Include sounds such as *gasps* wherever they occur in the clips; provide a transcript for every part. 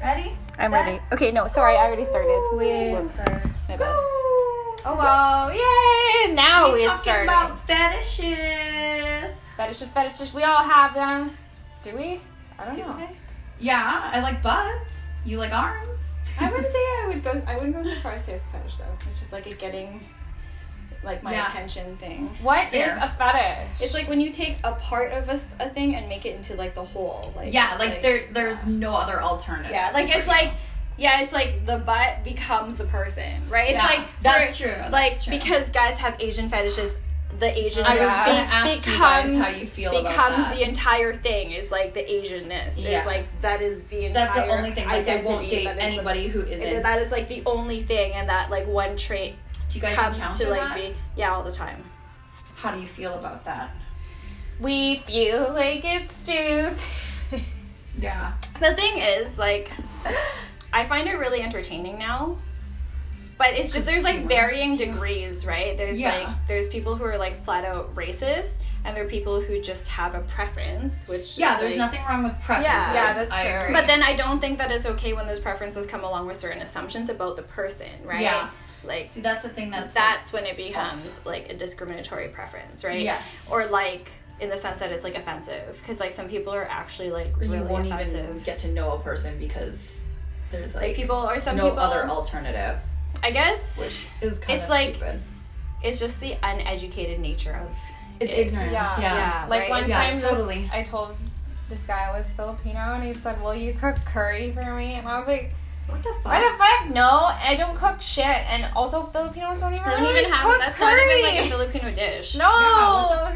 Ready? I'm Set, ready. Okay, no, sorry, I already started. Wait. Whoops. My bad. Go. Oh well, yay! Now We we're talking starting. about fetishes. fetishes, fetishes. We all have them. Do we? I don't know. Yeah, I like butts. You like arms. I would say I would go. I wouldn't go so far as to say it's a fetish though. It's just like a getting, like my Yeah. attention thing. What is Fair. a fetish? It's like when you take a part of a, s- a thing and make it into like the whole. Like yeah, it's like, there, there's no other alternative. Yeah, like it's like. Yeah, it's like the butt becomes the person, right? It's Yeah, like that's true, that's Like true. because guys have Asian fetishes, the Asian I was be- gonna ask you guys how you feel about becomes that. the entire thing. Is like the Asianness. Yeah. Is like that is the entire. that's the only thing. Like, I identity won't date that is the- anybody who isn't. and that is like the only thing, and that like one trait do you guys comes encounter to like that? be yeah all the time. How do you feel about that? We feel like it's stupid. *laughs* Yeah. the thing is, like, I find it really entertaining now. But it's just there's like varying degrees, right? There's Yeah. like there's people who are like flat out racist, and there are people who just have a preference, which Yeah, is, there's like- nothing wrong with preferences. yeah, that's I fair. agree. But then I don't think that it's okay when those preferences come along with certain assumptions about the person, right? Yeah. Like see, that's the thing that's that's when it becomes like a discriminatory preference, right? Yes. Or like in the sense that it's like offensive, because like some people are actually like like, really you won't offensive. even get to know a person because there's like, like people or some no people. other alternative, I guess which is kind It's of like- stupid. it's just the uneducated nature of. It's it- ignorance. Yeah. yeah. Like Like right? one Yeah, time, this- totally. I told this guy I was Filipino, and he said, "Will you cook curry for me?" And I was like, What the fuck? "Why the fuck? No, I don't cook shit." And also, Filipinos don't even, They don't really even have. cook That's curry. not even like a Filipino dish. no. yeah, what the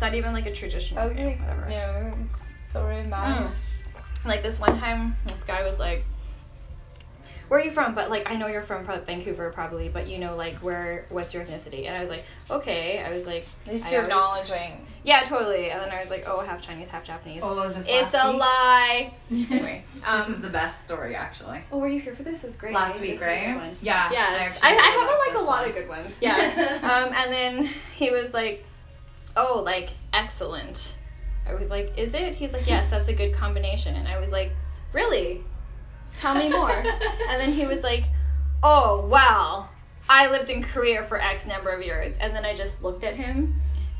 fuck? not even like a traditional. I was thing, like, whatever. no, I'm so really mad. Mm. Like this one time, this guy was like, "Where are you from?" But like, I know you're from prob- Vancouver, probably. But you know, like, where? What's your ethnicity? And I was like, "Okay." I was like, At least I you're always- acknowledging. "Yeah, totally." And then I was like, "Oh, half Chinese, half Japanese." Oh, was this it's last a *laughs* week? lie. Anyway, this is um, the best story actually. oh, were you here for this? Is great. Last This week, is a good right? one. Yeah. Yes, I, actually I, really have like this a *laughs* lot one. of good ones. Yeah. um, and then he was like, "Oh, like excellent." I was like, "Is it?" He's like, "Yes, that's a good combination." And I was like, "Really? Tell me *laughs* more." and then he was like, "Oh wow, I lived in Korea for X number of years." And then I just looked at him,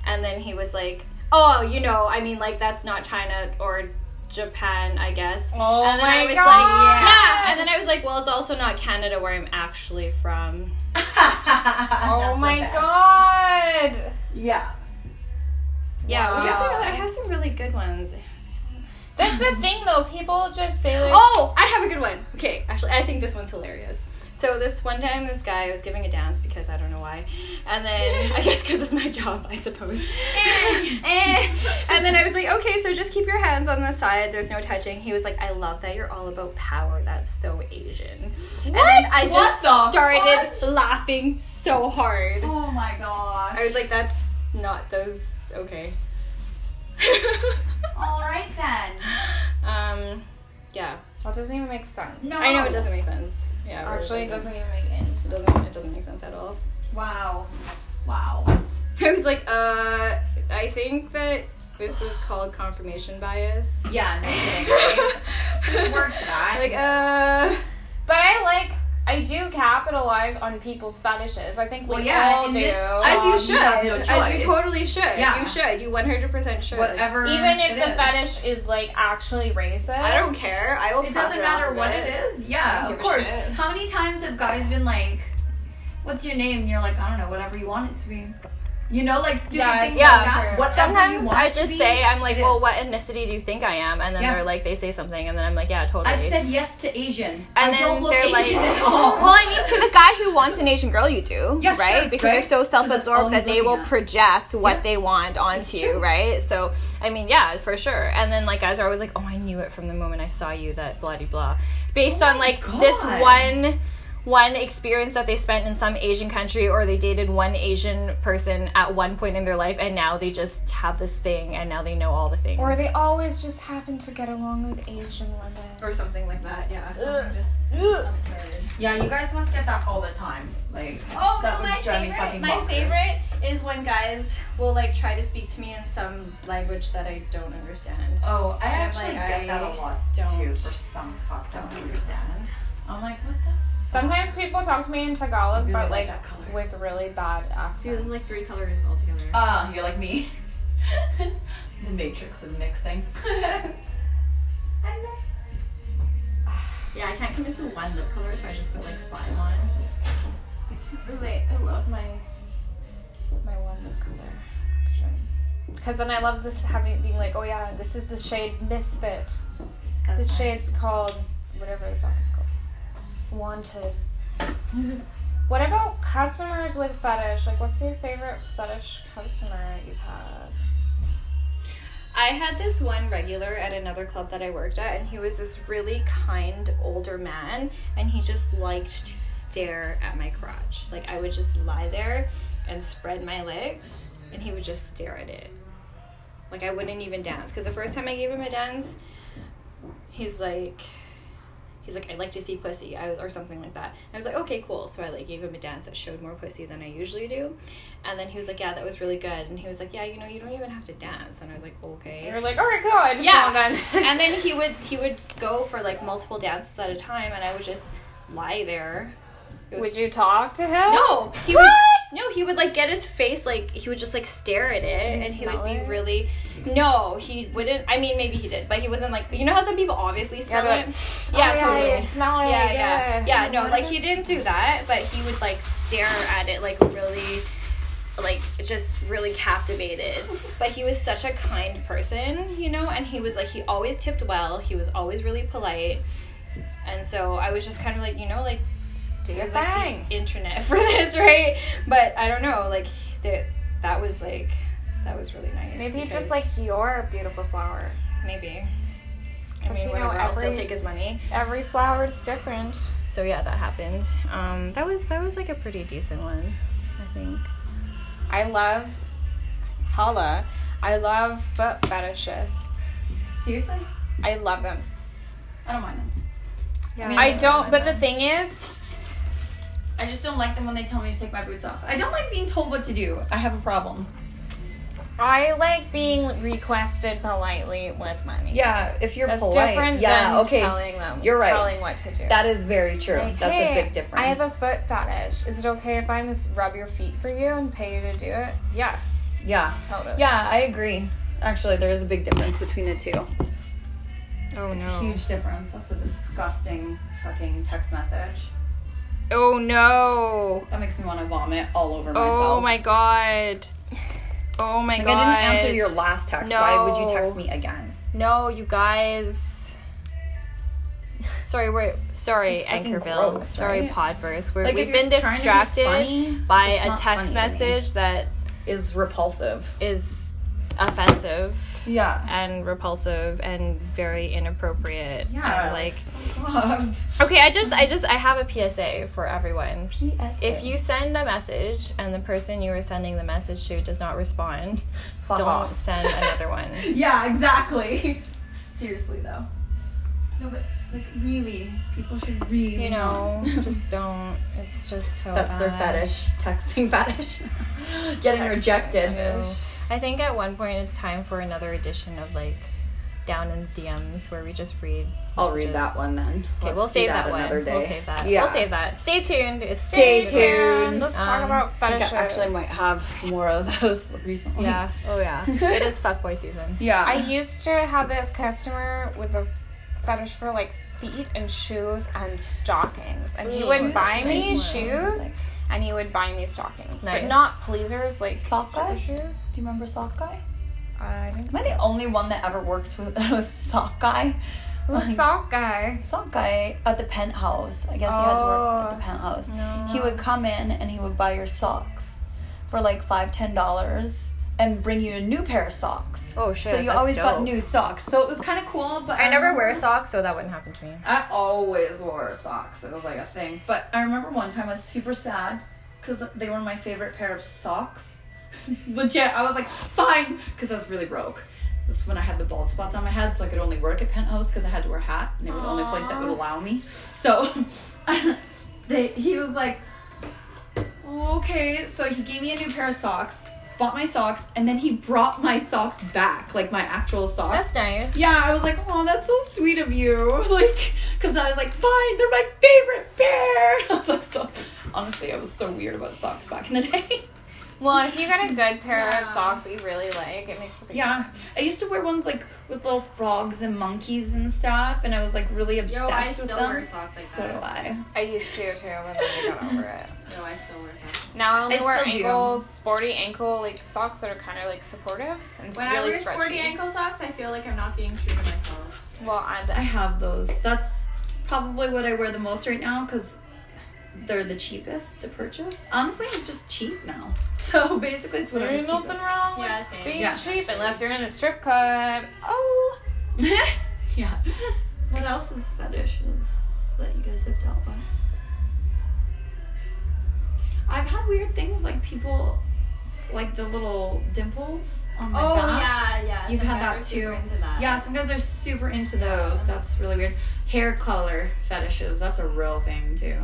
and then he was like, "Oh, you know, I mean, like that's not China or." Japan, I guess. Oh and then I my was God. like, yeah. And then I was like, well, it's also not Canada where I'm actually from. Oh oh my god. Yeah. Yeah, we have some, Wow. I have some really good ones. That's the thing, though. People just say like, Oh, I have a good one. Okay, actually, I think this one's hilarious. So this one time, this guy was giving a dance because I don't know why, and then I guess because it's my job, I suppose. Eh, *laughs* eh. and then I was like, okay, so just keep your hands on the side. There's no touching. He was like, I love that you're all about power. That's so Asian. And then I just What the started fudge? laughing so hard. Oh my gosh. I was like, that's not those. Okay. *laughs* All right then. um, yeah. That doesn't even make sense. No. I know it doesn't make sense. Yeah, it really Actually, it doesn't even make any sense. It doesn't. It doesn't make sense at all. *laughs* Wow. Wow. I was like, uh, I think that this is called *laughs* confirmation bias. Yeah. No *laughs* kidding. right? Just work for that. Like, uh, But I like, I do capitalize on people's fetishes. I think we Well, yeah, all in do. this as you Um, should, you have no as choice. you totally should. Yeah. You should. You one hundred percent should. Whatever. Even if it the is. fetish is like actually racist, I don't care. I will. It doesn't profit off matter of what it. it is. I Yeah, don't of give a course. shit. How many times have guys been like, "What's your name?" And you're like, "I don't know. Whatever you want it to be." You know, like stupid Yeah, things yeah, like that. true. Whatever you Sometimes want I it to just be, say, I'm like, it well, is." what ethnicity do you think I am? And then Yeah. they're like, they say something, and then I'm like, yeah, totally. I've said yes to Asian. And I then don't look they're Asian like- *laughs* at all. Well, I mean, to the guy who wants an Asian girl, you do, Yeah, right? sure, because right? they're so Because that's all self-absorbed that he's they looking will at. project what Yeah. they want onto you, true. right? So, I mean, yeah, for sure. And then like guys are always like, "Oh, I knew it from the moment I saw you." That bloody blah, based Oh on my like this God. one one experience that they spent in some Asian country or they dated one Asian person at one point in their life and now they just have this thing and now they know all the things. Or they always just happen to get along with Asian women. or something like that, yeah. Ugh. Something just absurd. *laughs* Yeah, you guys must get that all the time. Like, Oh that no, would my drive me favorite fucking my bonkers. favorite is when guys will like try to speak to me in some language that I don't understand. Oh, I I'm actually like, get that I a lot don't- too. For some fucked Don't up reason. understand. I'm like, what the? Sometimes people talk to me in Tagalog, Really but like like that color. with really bad accents. See, there's like three colors altogether. Ah, you're like me. *laughs* the matrix of mixing. *laughs* yeah, I can't commit to one lip color, so I just put like five on. Wait, I love my my one lip color. Because then I love this having it being like, oh yeah, this is the shade Misfit. That's This nice. shade's called whatever the fuck it's called. Wanted. What about customers with fetish? Like, what's your favorite fetish customer that you've had? I had this one regular at another club that I worked at, and he was this really kind older man, and he just liked to stare at my crotch. Like, I would just lie there and spread my legs, and he would just stare at it. Like, I wouldn't even dance. Because the first time I gave him a dance, he's like, He's like, I'd like to see pussy, I was, or something like that. And I was like, okay, cool. So I like gave him a dance that showed more pussy than I usually do, and then he was like, yeah, that was really good. And he was like, yeah, you know, you don't even have to dance. And I was like, okay You're like, okay, cool. I just yeah. know *laughs* then. *laughs* and then he would he would go for like multiple dances at a time, and I would just lie there. It was- would you talk to him? no, he would. What? No, he would like get his face like he would just like stare at it, you and he smell would be it? really. No, he wouldn't. I mean, maybe he did, but he wasn't like you know how some people obviously smell they're like, it. Oh, yeah, yeah, totally. You smell it. yeah, yeah, good. yeah. No, What like if he it's- didn't do that, but he would like stare at it like really, like just really captivated. But he was such a kind person, you know, and he was like he always tipped well. He was always really polite, and so I was just kind of like you know like Do your there's like thing. the internet *laughs* for this, right? But I don't know, like that that was like that was really nice. Maybe he because- just liked your beautiful flower. maybe. I Because, mean, you whatever. know, I'll still every- take his money. Every flower is different. So yeah, that happened. Um, that was that was like a pretty decent one, I think. I love Hala. I love foot fetishists. Seriously? I love them. I don't mind them. Yeah. mean, I don't don't, mind but the them. thing is, I just don't like them when they tell me to take my boots off. I don't like being told what to do. I have a problem. I like being requested politely with money. Yeah, if you're That's polite. different yeah, than okay. telling them. You're right. Telling what to do. That is very true. Like, That's "Hey, a big difference. I have a foot fetish. Is it okay if I mis- rub your feet for you and pay you to do it? Yes, yeah. totally. Yeah, I agree. Actually, there is a big difference between the two. Oh no. Huge difference. That's a disgusting fucking text message. Oh no. That makes me want to vomit all over myself. Oh my god. Oh my Like, god. I didn't answer your last text. Why would you No. text me again? No, you guys. Sorry, we're sorry, It's fucking Anchorville. gross, sorry, right? Podverse. We're, Like, if we've you're been trying to be distracted funny, by it's a not text funny to me. message that Is repulsive. is offensive *laughs* Yeah. and repulsive and very inappropriate. Yeah. And, like God. Okay, I just, I just, I have a PSA for everyone. P.S. If you send a message and the person you were sending the message to does not respond, Fuck don't off. send another one. *laughs* Yeah, exactly. Seriously though. No, but like really, people should really. *laughs* You know, *laughs* just don't. It's just so. that's their bad. fetish. *laughs* Texting fetish. Getting Texting rejected. fetish. I think at one point it's time for another edition of like down in the DMs where we just read. I'll read that messages. one then. Okay, Let's we'll do save that, one. another day. We'll save that. Yeah. We'll save that. Stay tuned. It's Stay tuned. Let's talk Um, about I think fetishes. I actually might have more of those *laughs* recently. Yeah. Oh *laughs* yeah. it is fuckboy season. Yeah. I used to have this customer with a fetish for like feet and shoes and stockings, and he Ooh, would that's buy a me nice one. shoes Like- and he would buy me stockings, Nice. but not pleasers like Sock stripper guy? shoes. Uh, Do you remember Sock Guy? I *laughs* didn't. Am I the only one that ever worked with *laughs* a Sock Guy? The Like- sock guy. Some guy at the penthouse. I guess he had to work Oh. at the penthouse. He would come in and he would buy your socks for like five, ten dollars, and bring you a new pair of socks. Oh, shit, So you that's always got dope. new socks. So it was kind of cool, but Um, I never remember- wear socks, so that wouldn't happen to me. I always wore socks. It was like a thing. But I remember one time I was super sad because they were my favorite pair of socks. *laughs* Legit, I was like, fine, because I was really broke. That's when I had the bald spots on my head, so I could only work at Penthouse because I had to wear a hat, and they were the only place that would allow me. So, *laughs* they, he was like, okay. So he gave me a new pair of socks, bought my socks, and then he brought my socks back, like my actual socks. That's nice. Yeah, I was like, oh, that's so sweet of you. *laughs* Like, because I was like, fine, they're my favorite pair. *laughs* I was like, so honestly, I was so weird about socks back in the *laughs* day. Well, if you got a good pair of socks that you really like, it makes a big yeah, I used to wear ones like with little frogs and monkeys and stuff, and I was like really obsessed Yo, I with still them. wear socks like so do that. I. I used to too, but then I got over it. Yo, I still wear socks. Now I only I wear still do. ankle, sporty ankle like socks that are kind of like supportive and it's When really I wear stretchy. sporty ankle socks, I feel like I'm not being true to myself. Well, I, I have those. That's probably what I wear the most right now because they're the cheapest to purchase. Honestly, I'm just cheap now. *laughs* So basically, it's whatever's there's nothing cheapest. wrong with Yeah, same. being Yeah. cheap unless you're in a strip club. *laughs* Oh. yeah. What else is fetishes that you guys have dealt with? I've had weird things like people, like the little dimples on my oh back. yeah, yeah. You've some had guys that are super too. Into that. Yeah, some guys are super into those. That's really weird. Hair color fetishes. That's a real thing too.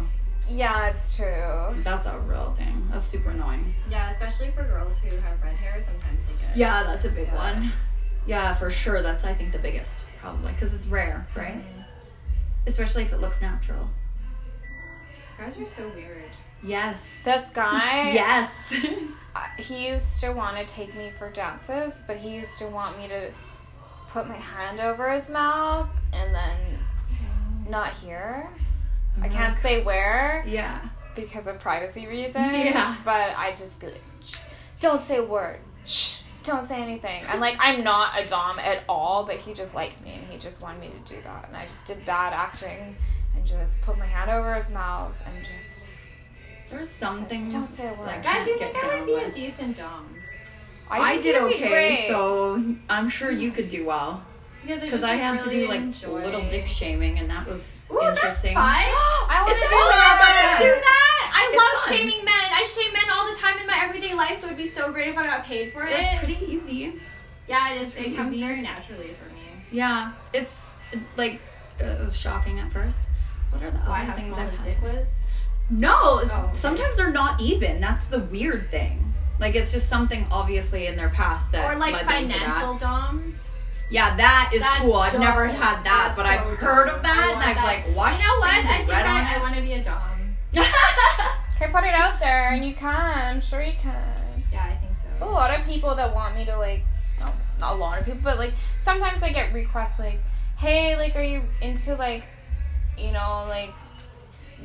Yeah, it's true. That's a real thing. That's super annoying. Yeah, especially for girls who have red hair, sometimes they get. Yeah, that's a big Yeah. one. Yeah, for sure. That's I think the biggest probably because it's rare, right? Mm-hmm. Especially if it looks natural. Guys are so weird. Yes. This guy, yes. uh, he used to want to take me for dances, but he used to want me to put my hand over his mouth and then not here. I can't say where. *laughs* yeah. because of privacy reasons. Yeah. But I just be like, Shh, don't say a word. Shh, don't say anything. And like, I'm not a dom at all, but he just liked me and he just wanted me to do that. And I just did bad acting and just put my hand over his mouth and just There's some said, things. Don't say a word. like- Guys, you Get think I down would be a with- decent dom? I think did you'd be okay, great. so I'm sure you could do well. Because Because I had to do like little dick shaming, and that was Ooh, interesting. *gasps* that's fun. I want to It's do fun. I that. want to do that. I It's love fun. shaming men. I shame men all the time in my everyday life, so it'd be so great if I got paid for it. It's pretty easy. yeah, it is. It comes easy. very naturally for me. Yeah, it's like it was shocking at first. What are the Why other how things Oh, small I've his had? dick was? No, s- Oh. sometimes they're not even. That's the weird thing. Like it's just something obviously in their past that Or like led them to that. financial doms. Yeah, that is That's cool. I've dope. never had that, That's but so I've heard dope. of I that and want I've that. like watched. You know what? things I and think read on I, it. *laughs* I want to be a dom. Okay, put it out there and you can. I'm sure you can. Yeah, I think so. Oh, There's a lot of people that want me to like, no, not a lot of people, but like sometimes I get requests like, hey, like, are you into like, you know, like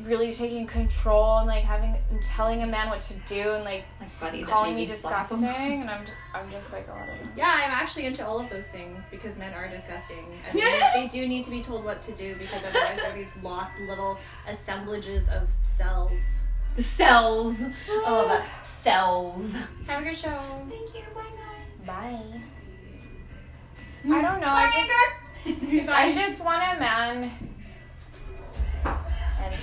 really taking control and like having and telling a man what to do and like like buddy, that calling made me slap him. disgusting, and I'm I'm just like, oh, Yeah, I'm actually into all of those things because men are disgusting. And they- they do need to be told what to do because otherwise they're these lost little assemblages of cells. The cells. I love *laughs* that. Cells. Have a good show. Thank you. Bye guys. bye. I don't know. I just I just want a man. And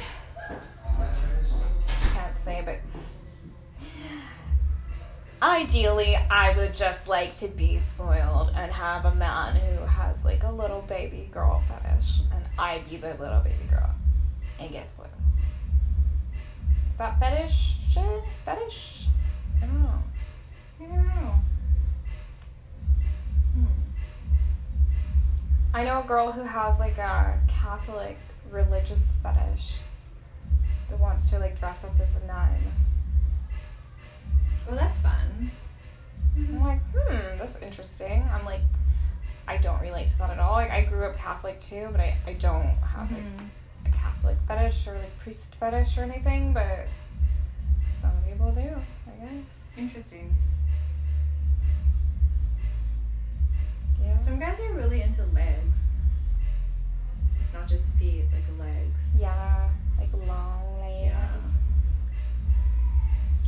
can't say, but ideally, I would just like to be spoiled and have a man who has like a little baby girl fetish, and I be the little baby girl and get spoiled. Is that fetish? Shit? Fetish? I don't know. I don't know. Hmm. I know a girl who has like a Catholic religious fetish that wants to like dress up as a nun. Oh, that's fun. I'm like, hmm, that's interesting. I'm like, I don't relate to that at all. Like, I grew up Catholic too, but I, I don't have like a Catholic fetish or like priest fetish or anything, but some people do, I guess. Interesting. Yeah. Some guys are really into legs. Not just feet, like legs. yeah, like long legs. Yeah.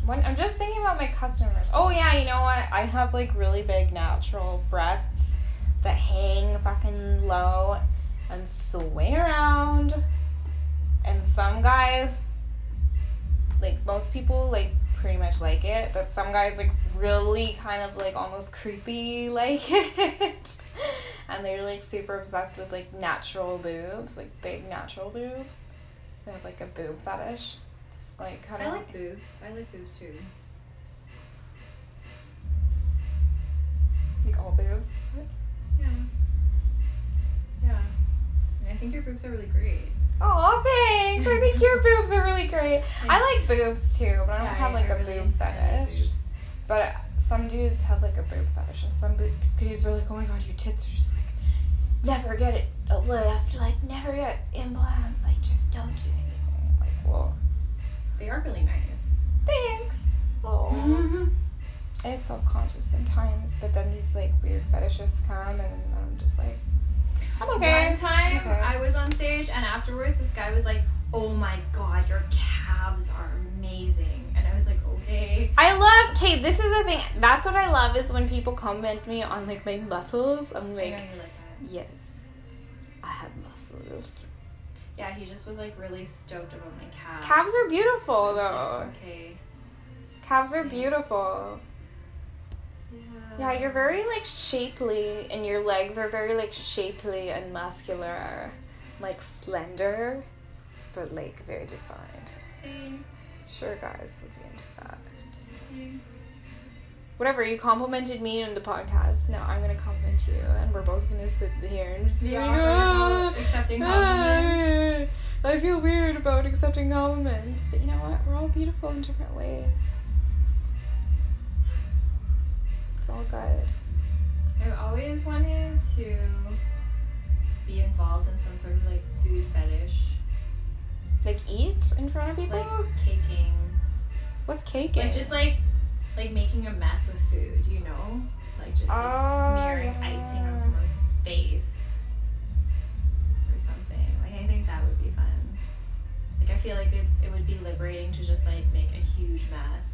When I'm just thinking about my customers. Oh yeah, you know what? I have like really big natural breasts that hang fucking low and sway around. And some guys like most people like pretty much like it, but some guys like really kind of like almost creepy *laughs* like it. and they're like super obsessed with like natural boobs, like big natural boobs. They have like a boob fetish. It's like kind I of like boobs. I like boobs too. like all boobs. Yeah. Yeah. And I think your boobs are really great. Oh, thanks. I think your boobs are really great. I like Thanks. boobs too, but I don't Yeah, have like a really- boob I like fetish. boobs. But uh, some dudes have like a boob fetish, and some boob- dudes are like, oh my god, your tits are just like, never get it a lift, like never get implants, like just don't do anything. I'm Like, well, They are *laughs* really nice. thanks. Mm-hmm. It's self conscious sometimes, but then these like weird fetishes come, and I'm just like, I'm okay. One time Okay. I was on stage and afterwards this guy was like, Oh my god, your calves are amazing. And I was like, Okay. I love. Okay, this is the thing. That's what I love is when people comment me on like my muscles. I I'm know like, you like that. yes, I have muscles. Yeah, he just was like really stoked about my calves. Calves are beautiful I was though. like, okay. Calves are beautiful. Yeah, you're very like shapely, and your legs are very like shapely and muscular, like slender, but like very defined. Thanks, Sure, guys would be into that. thanks. Whatever, you complimented me on the podcast. Now I'm gonna compliment you, and we're both gonna sit here and just be Yeah, like, we're both "Ah, accepting ah." I feel weird about accepting compliments, but you know what? We're all beautiful in different ways. It's all good. I've always wanted to be involved in some sort of like food fetish, Like eat in front of people. like caking, What's cake? like just like like making a mess with food, you know, like just like Oh, smearing yeah. icing on someone's face or something. Like I think that would be fun. Like I feel like it's it would be liberating to just like make a huge mess,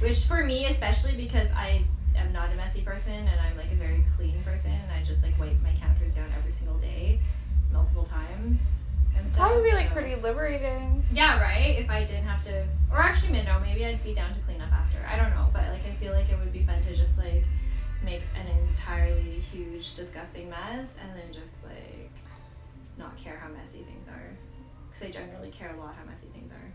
which for me especially because I am not a messy person and I'm like a very clean person and I just like wipe my counters down every single day, multiple times. And It's stuff, probably like so- pretty liberating. yeah, right. If I didn't have to, or actually, no, maybe I'd be down to clean up after. I don't know, but like I feel like it would be fun to just like make an entirely huge, disgusting mess and then just like not care how messy things are, because I generally care a lot how messy things are.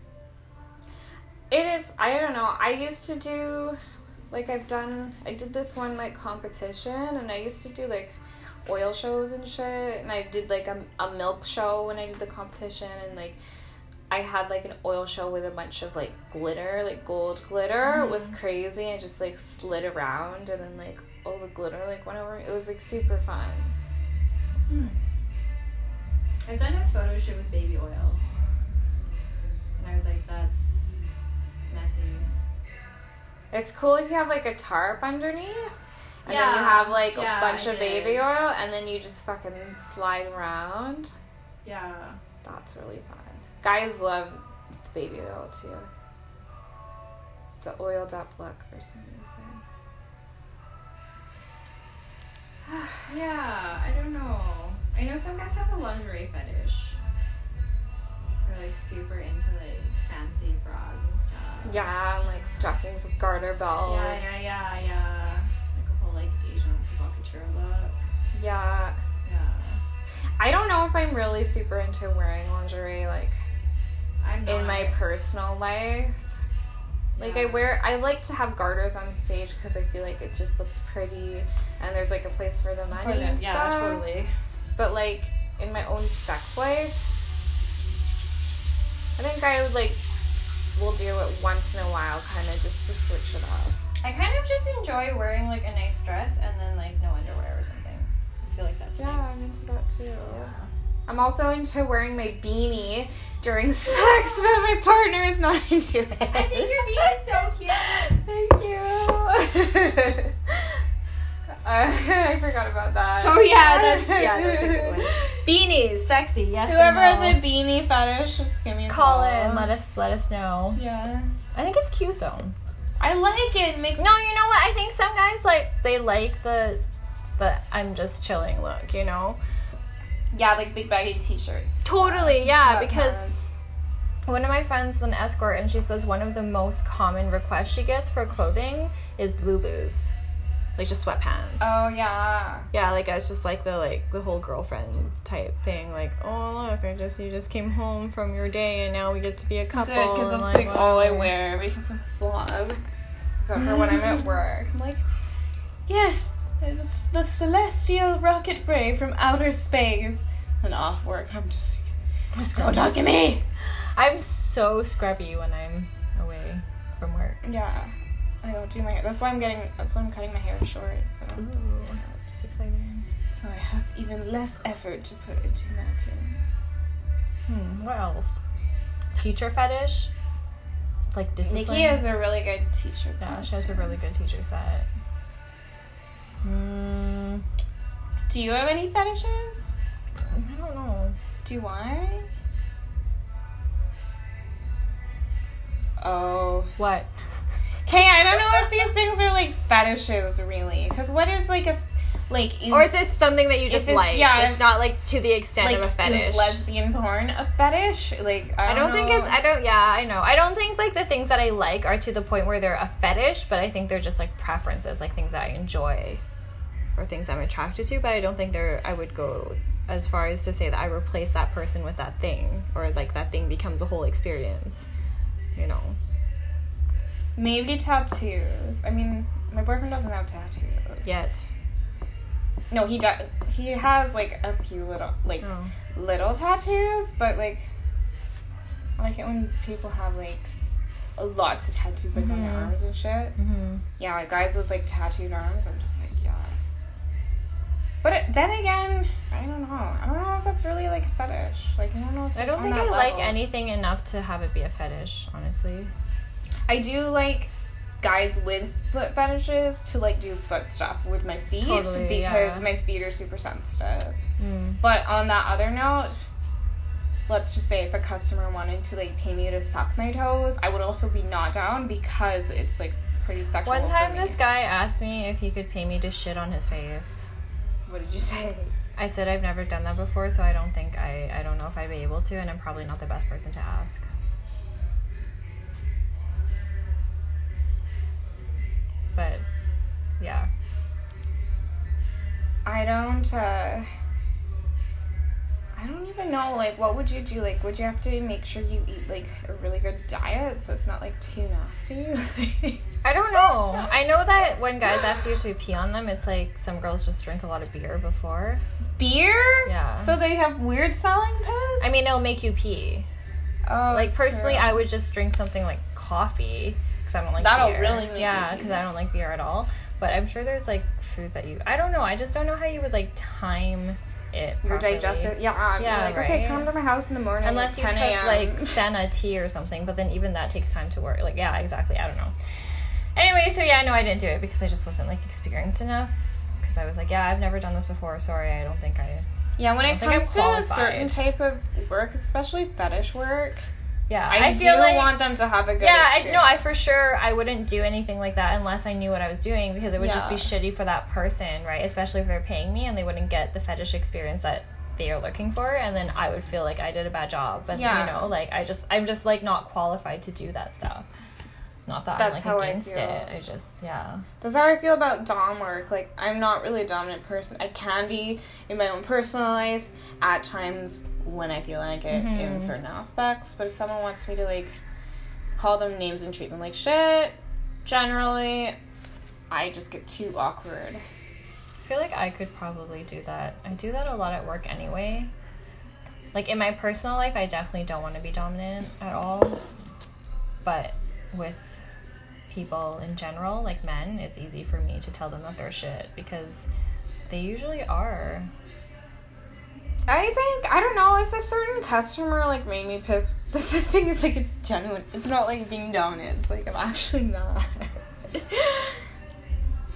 It is. I don't know. I used to do, like I've done. I did this one like competition, and I used to do like oil shows and shit. And I did like a, a milk show when I did the competition, and like I had like an oil show with a bunch of like glitter, like gold glitter. It Mm-hmm. was crazy. I just like slid around, and then like all the glitter like went over. me. It was like super fun. I've done a photo shoot with baby oil, and I was like, that's messy. It's cool if you have like a tarp underneath. And then you Yeah, have like yeah, a bunch I of did. baby oil and then you just fucking slide around. Yeah. That's really fun. Guys love the baby oil too. The oiled up look for some reason. *sighs* Yeah, I don't know. I know some guys have a lingerie fetish. They're like super into like fancy bras and stuff. Yeah, and like stockings with garter belts. Yeah, yeah, yeah, yeah. Like a whole like Asian provocateur look. Yeah. Yeah. I don't know if I'm really super into wearing lingerie like I'm not. in my personal life. Like I Yeah. wear, I like to have garters on stage because I feel like it just looks pretty, and there's like a place for the money For them, and yeah, stuff. totally. But like in my own sex life, I think I would like will do it once in a while, kind of just to switch it up. I kind of just enjoy wearing like a nice dress and then like no underwear or something. I feel like that's Yeah, nice. I'm into that too. I'm also into wearing my beanie during *laughs* sex, but my partner is not *laughs* into it. I think your beanie is so cute. *laughs* Thank you. Uh, I *laughs* forgot about that. Oh, *laughs* Oh yeah, that's yeah, that's a good one. Beanies, sexy, yes. Whoever or no. has a beanie fetish, just give me a call call. in, let us let us know. Yeah. I think it's cute though. I like it. It makes No, you know what? I think some guys like they like the the I'm just chilling look, you know? yeah, like big baggy t-shirts. Totally, yeah, Sweatpants. because one of my friends is an escort and she says one of the most common requests she gets for clothing is Lulus. Like just sweatpants. Oh yeah. Yeah, like it's just like the like the whole girlfriend type thing. Like, oh look, I just you just came home from your day and now we get to be a couple. Good, because and, that's like all I whatever. wear because I'm a slob. Except for when I'm at work, I'm like, yes, it was the celestial rocket ray from outer space. And off work, I'm just like, Just don't talk to me. I'm so scrubby when I'm away from work. Yeah, I don't do my hair. That's why I'm getting. That's why I'm cutting my hair short. So, It's exciting. so I have even less effort to put into my plans. Hmm, what else? Teacher fetish? Like Disney. Nikki is a really good teacher. Yeah, she has a really good teacher set. Hmm. Do you have any fetishes? I don't know. Do I? Oh. What? Okay, I don't know if these things are like fetishes really. Because what is like a. f- Like, is, Or is it something that you If just it's- like? yeah, it's if- not like to the extent like of a Is fetish. lesbian porn a fetish? Like, I I don't, don't think know. it's. I don't. Yeah, I know. I don't think like the things that I like are to the point where they're a fetish, but I think they're just like preferences, like things that I enjoy, or things I'm attracted to. But I don't think they're. I would go as far as to say that I replace that person with that thing, or like that thing becomes a whole experience. You know. Maybe tattoos. I mean, my boyfriend doesn't have tattoos. Yet. No, he does. He has like a few little, like Oh. little tattoos, but like, I like it when people have like s- lots of tattoos like on their Mhm. arms and shit. Mm-hmm. Yeah, like guys with like tattooed arms, I'm just like, yeah. But it, then again, I don't know. I don't know if that's really like a fetish. Like, I don't know. If it's, I like, don't on think I that like level. anything enough to have it be a fetish, honestly. I do like guys with foot fetishes to like do foot stuff with my feet Totally, because yeah. my feet are super sensitive. Mm. But on that other note, let's just say if a customer wanted to like pay me to suck my toes, I would also be not down because it's like pretty sexual. One for time, me. this guy asked me if he could pay me to shit on his face. What did you say? I said I've never done that before, so I don't think I I don't know if I'd be able to, and I'm probably not the best person to ask. But yeah, I don't. uh I don't even know. Like, what would you do? Like, would you have to make sure you eat like a really good diet so it's not like too nasty? *laughs* I don't know. I know that when guys ask you to pee on them, it's like some girls just drink a lot of beer before. Beer? Yeah. So they have weird smelling piss? I mean, it'll make you pee. oh, like it's personally, true. I would just drink something like coffee because I don't like That'll beer. really make you yeah pee. because I don't like beer at all. But I'm sure there's like food that you I don't know. I just don't know how you would like time it. your properly. digestive. Yeah, I'm Yeah, like okay, right. come to my house in the morning. at Unless you 10 took a.m.. like Senna tea or something, but then even that takes time to work. Like yeah, exactly. I don't know. Anyway, so yeah, no, I didn't do it because I just wasn't like experienced enough. Because I was like, yeah, I've never done this before. Sorry, I don't think I. *laughs* yeah, when I it don't think I'm comes to a certain qualified. type of work, especially fetish work, Yeah, I, feel do like want them to have a good. yeah I, experience. no i for sure i wouldn't do anything like that unless i knew what i was doing because it would just be shitty for that person right especially if they're paying me and they wouldn't get the fetish experience that they are looking for and then i would feel like i did a bad job but Yeah. you know like i just i'm just like not qualified to do that stuff not that That's i'm how like I against feel. it i just yeah That's how I feel about dom work. Like I'm not really a dominant person. I can be in my own personal life at times when I feel like it in certain aspects. But if someone wants me to like call them names and treat them like shit, generally, I just get too awkward. I feel like I could probably do that. I do that a lot at work anyway. Like in my personal life, I definitely don't want to be dominant at all. But with people in general, like men, it's easy for me to tell them that they're shit because they usually are. I think I don't know if a certain customer like made me *laughs* pissed. The thing is like it's genuine. It's not like being dominant. *laughs* It's like I'm actually not.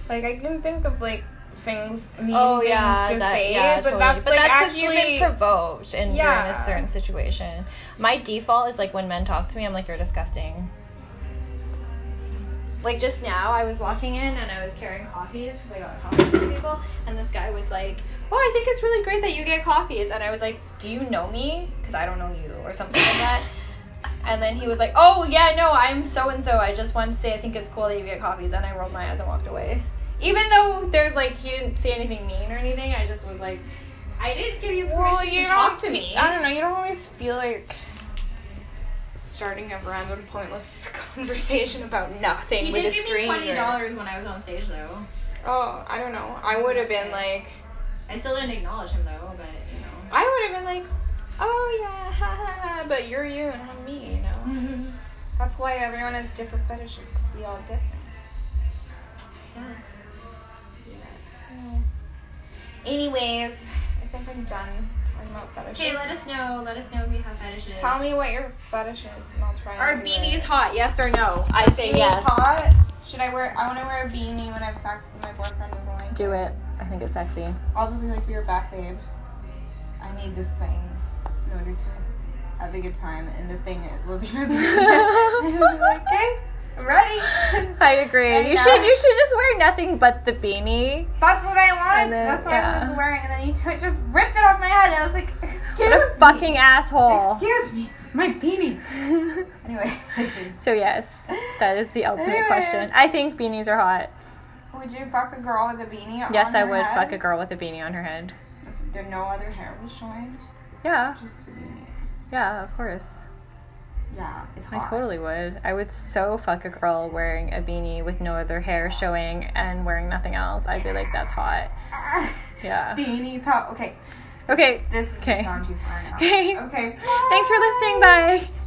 like I can think of like things mean Oh, things yeah, to that- say, yeah, but totally. that's But like that's 'cause actually you've been provoked and you're in Yeah. a certain situation. My default is like when men talk to me, I'm like, you're disgusting. Like just now, I was walking in and I was carrying coffees because I got coffees for people, and this guy was like, "Oh, I think it's really great that you get coffees," and I was like, "Do you know me? Because I don't know you," or something like that. *laughs* And then he was like, "Oh yeah, no, I'm so and so. I just wanted to say I think it's cool that you get coffees," and I rolled my eyes and walked away. Even though there's like he didn't say anything mean or anything, I just was like, "I didn't give you permission to talk to me." I don't know. You don't always feel like starting a random pointless *laughs* conversation about nothing He with did a give me stranger. twenty dollars when I was on stage though. Oh, I don't know. I would have been like, I still didn't acknowledge him though, but you know. I would have been like, oh yeah, ha, ha, ha, but you're you and I'm me. You know. Mm-hmm. That's why everyone has different fetishes because we all different. Anyways, I think I'm done talking about fetishes. Okay, let us know. Let us know if you have fetishes. Tell me what your fetish is, and I'll try. And Are do beanies it. hot? Yes or no? I say Beanies yes. hot? Should I wear? I want to wear a beanie when I have sex, but my boyfriend doesn't like. Do it. I think it's *laughs* sexy. I'll just be like, "You're back, babe. I need this thing in order to have a good time." And the thing it will be *laughs* my beanie. I'll be like, okay, I'm ready. *laughs* I agree. And you now- should you should just wear nothing but the beanie. That's what I wanted. And then- That's what I yeah. was wearing. And then he took, just ripped it off my head, and I was like, What "Excuse a fucking asshole. Excuse me, it's my beanie." *laughs* anyway, *laughs* So yes, that is the ultimate Anyways. question. I think beanies are hot. would you fuck a girl with a beanie? Yes, on I her would head? fuck a girl with a beanie on her head. If there no other hair was showing, Yeah, just the beanie. yeah, of course. Yeah, it's I hot. *laughs* totally would. I would so fuck a girl wearing a beanie with no other hair showing and wearing nothing else. I'd be like, that's hot. Yeah. Beanie pop. Okay, Okay. this is Okay. *laughs* just gone too far now. Okay. Okay. Thanks for listening. Bye.